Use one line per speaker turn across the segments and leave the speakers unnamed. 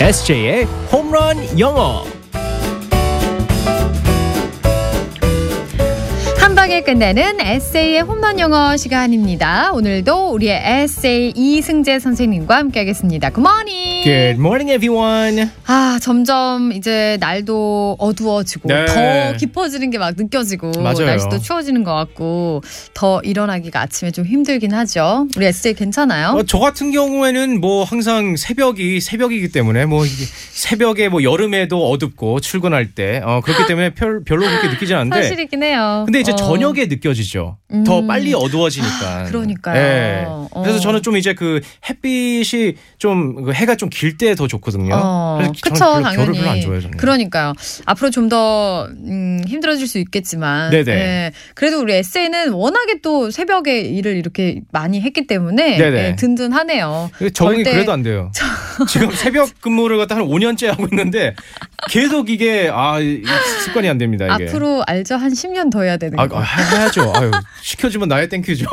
SJ의 홈런 영어.
한 방에 끝내는 에세이의 홈런 영어 시간입니다. 오늘도 우리의 에세이 이승재 선생님과 함께하겠습니다. 굿모닝.
Good morning, everyone.
아 점점 이제 날도 어두워지고
네.
더 깊어지는 게 막 느껴지고
맞아요.
날씨도 추워지는 것 같고 더 일어나기가 아침에 좀 힘들긴 하죠. 우리 에세이 괜찮아요?
어, 저 같은 경우에는 뭐 항상 새벽이 새벽이기 때문에 뭐 이게 새벽에 뭐 여름에도 어둡고 출근할 때 어, 그렇기 때문에 별, 별로 그렇게 느끼진 않는데
아. 사실이긴 해요.
근데 이제
어.
저녁에 느껴지죠. 더
음. 아,
빨리 어두워지니까.
그러니까요.
예. 그래서
어.
저는 좀 이제 그 햇빛이 좀그 해가 좀 길 때 더 좋거든요. 그래서
어. 그쵸,
저는 별로
당연히.
겨울을 별로 안 좋아해요. 저는.
그러니까요. 앞으로 좀 더 음, 힘들어질 수 있겠지만,
네네.
예, 그래도 우리 에세이는 워낙에 또 새벽에 일을 이렇게 많이 했기 때문에
네네.
예, 든든하네요.
적응이
절대-
그래도 안 돼요. 지금 새벽 근무를 갖다 한 5년째 하고 있는데 계속 이게 아이 습관이 안 됩니다. 네, 이게.
앞으로 알죠? 한 10년 더 해야 되는
아,
거.
아, 해야죠. 아유, 시켜주면 나의 땡큐죠.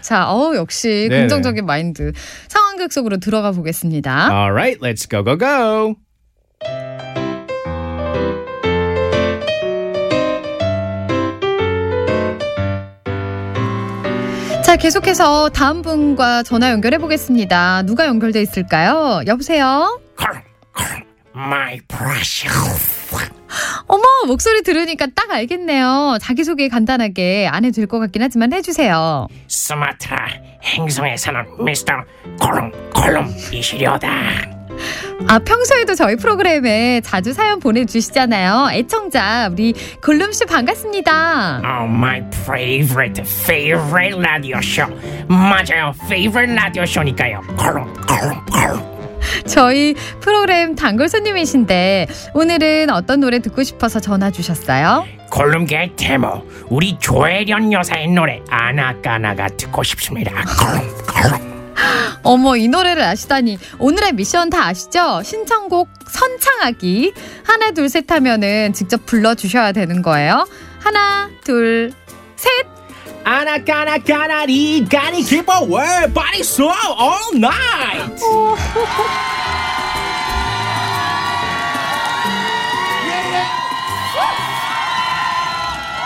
자, 어우 역시
네네.
긍정적인 마인드. 상황극 속으로 들어가 보겠습니다.
Alright, let's go go go.
자, 계속해서 다음 분과 전화 연결해 보겠습니다. 누가 연결돼 있을까요? 여보세요?
My precious.
어머 목소리 들으니까 딱 알겠네요. 자기소개 간단하게 안 해도 될 것 같긴 하지만 해주세요.
스마트라 행성에 사는 미스터 콜롬 콜롬이시려다
아 평소에도 저희 프로그램에 자주 사연 보내주시잖아요. 애청자 우리 골룸씨 반갑습니다.
Oh my favorite favorite 라디오 쇼 맞아요 favorite 라디오 쇼니까요 콜롬 콜롬 콜롬
저희 프로그램 단골 손님이신데 오늘은 어떤 노래 듣고 싶어서 전화 주셨어요?
콜롬계 테모 우리 조혜련 여사의 노래 아나까나가 듣고 싶습니다 콜롬 콜롬
어머 이 노래를 아시다니 오늘의 미션 다 아시죠? 신청곡 선창하기 하나 둘 셋 하면은 직접 불러주셔야 되는 거예요. 하나 둘 셋.
아나까나 까나리 까니 기뻐 왜 body so all night.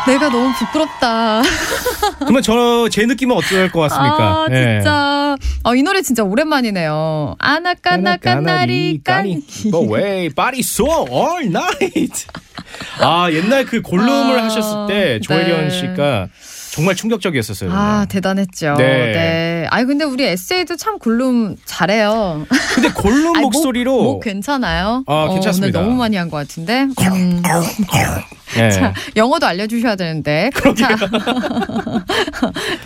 내가 너무 부끄럽다.
그러면 저 제 느낌은 어떨 것 같습니까?
아,
예.
진짜. 아, 이 노래 진짜 오랜만이네요. 아나까나 까나리 까니.
But wait, body so all night. 아 옛날 그 골룸을
아,
하셨을 때 조혜련
네.
씨가 정말 충격적이었었어요.
아, 대단했죠.
네.
네. 아니, 근데 우리 에세이도 참 골룸 잘해요.
근데 골룸
아니, 목-
목소리로
목, 괜찮아요? 어,
아, 괜찮습니다. 네.
오늘 너무 많이 한 것 같은데. 음,
예.
자, 영어도 알려주셔야 되는데. 자,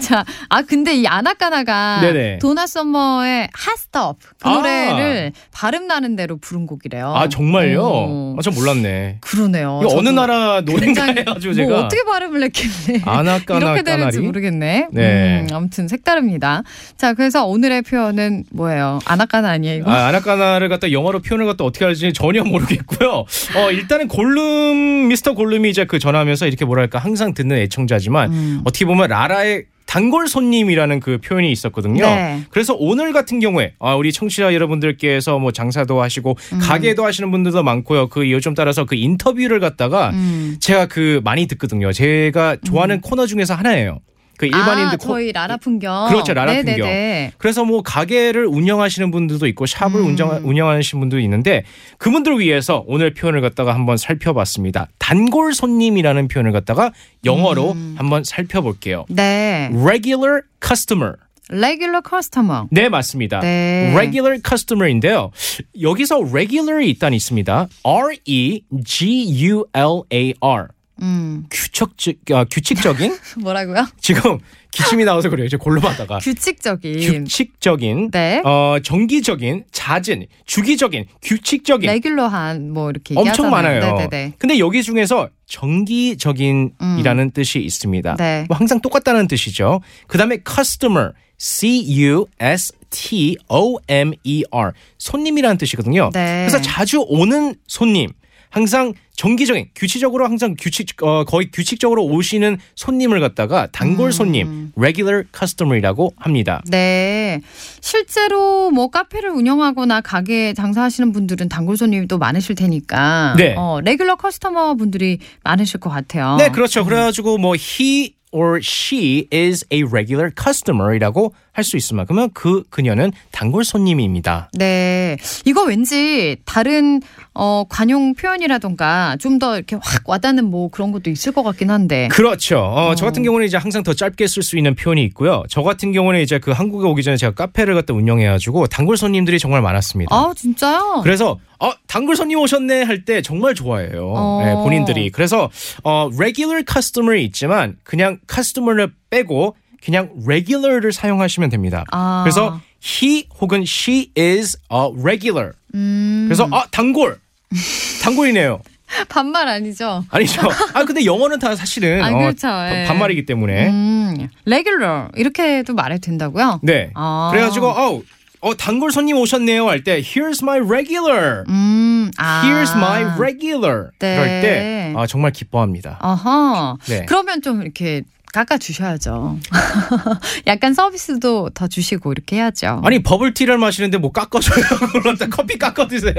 자, 아, 근데 이 아나까나가
네네.
도나 썸머의 핫스톱 그
아.
노래를 발음 나는 대로 부른 곡이래요.
아 정말요?
어.
아, 전 몰랐네.
그러네요.
이거 어느
저도
나라 노래인가
굉장히
해가지고
뭐
제가
어떻게 발음을 했길래
아나까나
이렇게 되는지
까나리.
모르겠네.
네.
음, 아무튼 색다릅니다. 자, 그래서 오늘의 표현은 뭐예요? 아나까나 아니에요? 이거?
아, 아나까나를 갖다 영어로 표현을 갖다 어떻게 할지 전혀 모르겠고요. 어, 일단은 골룸, 미스터 골룸이 이제 그 전화하면서 이렇게 뭐랄까 항상 듣는 애청자지만
음.
어떻게 보면 라라의 단골 손님이라는 그 표현이 있었거든요.
네.
그래서 오늘 같은 경우에 아, 우리 청취자 여러분들께서 뭐 장사도 하시고
음.
가게도 하시는 분들도 많고요. 그 요즘 따라서 그 인터뷰를 갖다가
음.
제가 그 많이 듣거든요. 제가 좋아하는 코너 중에서 하나예요. 그 일반인들
아,
코,
저희 라라 풍경.
그렇죠, 라라
네네네.
그래서 뭐 가게를 운영하시는 분들도 있고 샵을
음.
운영, 운영하시는 분도 있는데 그분들을 위해서 오늘 표현을 갖다가 한번 살펴봤습니다. 단골 손님이라는 표현을 갖다가 영어로
음.
한번 살펴볼게요.
네.
Regular customer.
레귤러 커스터머.
네, 맞습니다.
네.
Regular customer인데요. 여기서 regular이 일단 있습니다. E R-E-G-U-L-A-R.
음.
규칙적, 아, 규칙적인?
뭐라고요?
지금 기침이 나와서 그래요. 이제 골로하다가
규칙적인.
규칙적인,
네.
어, 정기적인, 잦은, 주기적인,
네,
규칙적인
레귤러한 뭐 이렇게
엄청
얘기하잖아요.
많아요.
네네네. 음.
근데 여기 중에서 정기적인이라는 뜻이 있습니다.
네.
뭐 항상 똑같다는 뜻이죠. 그다음에 customer, C U S T O M E R 손님이라는 뜻이거든요.
네.
그래서 자주 오는 손님. 항상 정기적인 규칙적으로 항상 규칙 어, 거의 규칙적으로 오시는 손님을 갖다가
음.
단골 손님 (regular customer)이라고 합니다.
네. 실제로 뭐 카페를 운영하거나 가게 장사하시는 분들은 단골 손님이 또 많으실 테니까.
네.
어, 레귤러 커스터머 분들이 많으실 것 같아요.
네, 그렇죠. 그래가지고 뭐 he or she is a regular customer이라고 할 수 있을 만큼은 그 그녀는 단골 손님입니다.
네. 이거 왠지 다른 어, 관용 표현이라던가 좀 더 이렇게 확 와닿는 뭐 그런 것도 있을 것 같긴 한데.
그렇죠. 어, 저 같은 경우는 이제 항상 더 짧게 쓸 수 있는 표현이 있고요. 저 같은 경우는 이제 그 한국에 오기 전에 제가 카페를 갖다 운영해가지고 단골 손님들이 정말 많았습니다.
아, 진짜요?
그렇죠. 그래서 어 단골 손님 오셨네 할 때 정말 좋아해요.
어.
네, 본인들이 그래서 어 regular customer 있지만 그냥 customer를 빼고 그냥 regular를 사용하시면 됩니다.
아.
그래서 he 혹은 she is a regular.
음,
그래서 아 단골 단골이네요.
반말 아니죠?
아니죠. 아 근데 영어는 다 사실은
아,
어,
그렇죠.
바-
예.
반말이기 때문에
음, 레귤러 이렇게도 말해도 된다고요?
네.
아.
그래가지고 어, 어 단골 손님 오셨네요 할 때 here's my regular.
음, 아.
Here's my regular.
네.
그럴 때 아, 정말 기뻐합니다.
어허.
네.
그러면 좀 이렇게 깎아 주셔야죠. 약간 서비스도 더 주시고 이렇게 해야죠.
아니 버블티를 마시는데 뭐 깎아줘요? 그런데 커피 깎아드세요?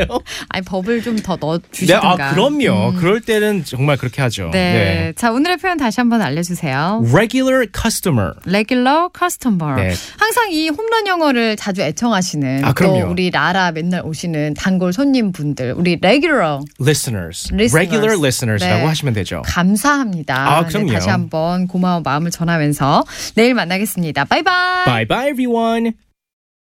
아니, 법을 좀 더 넣어
네,
주시든가. 음.
아 그럼요. 그럴 때는 정말 그렇게 하죠.
네. 자, 오늘의 표현 다시 한번 알려 주세요.
Regular customer.
레귤러 커스터머.
네.
항상 이 홈런 영어를 자주 애청하시는
아,
또
그럼요.
우리 라라 맨날 오시는 단골 손님분들, 우리 레귤러
Listeners.
Listeners.
Regular listeners라고
네.
하시면 되죠.
감사합니다.
아, 그럼요.
다시 한번 고마운 마음을 전하면서 내일 만나겠습니다. 바이바이.
Bye bye everyone.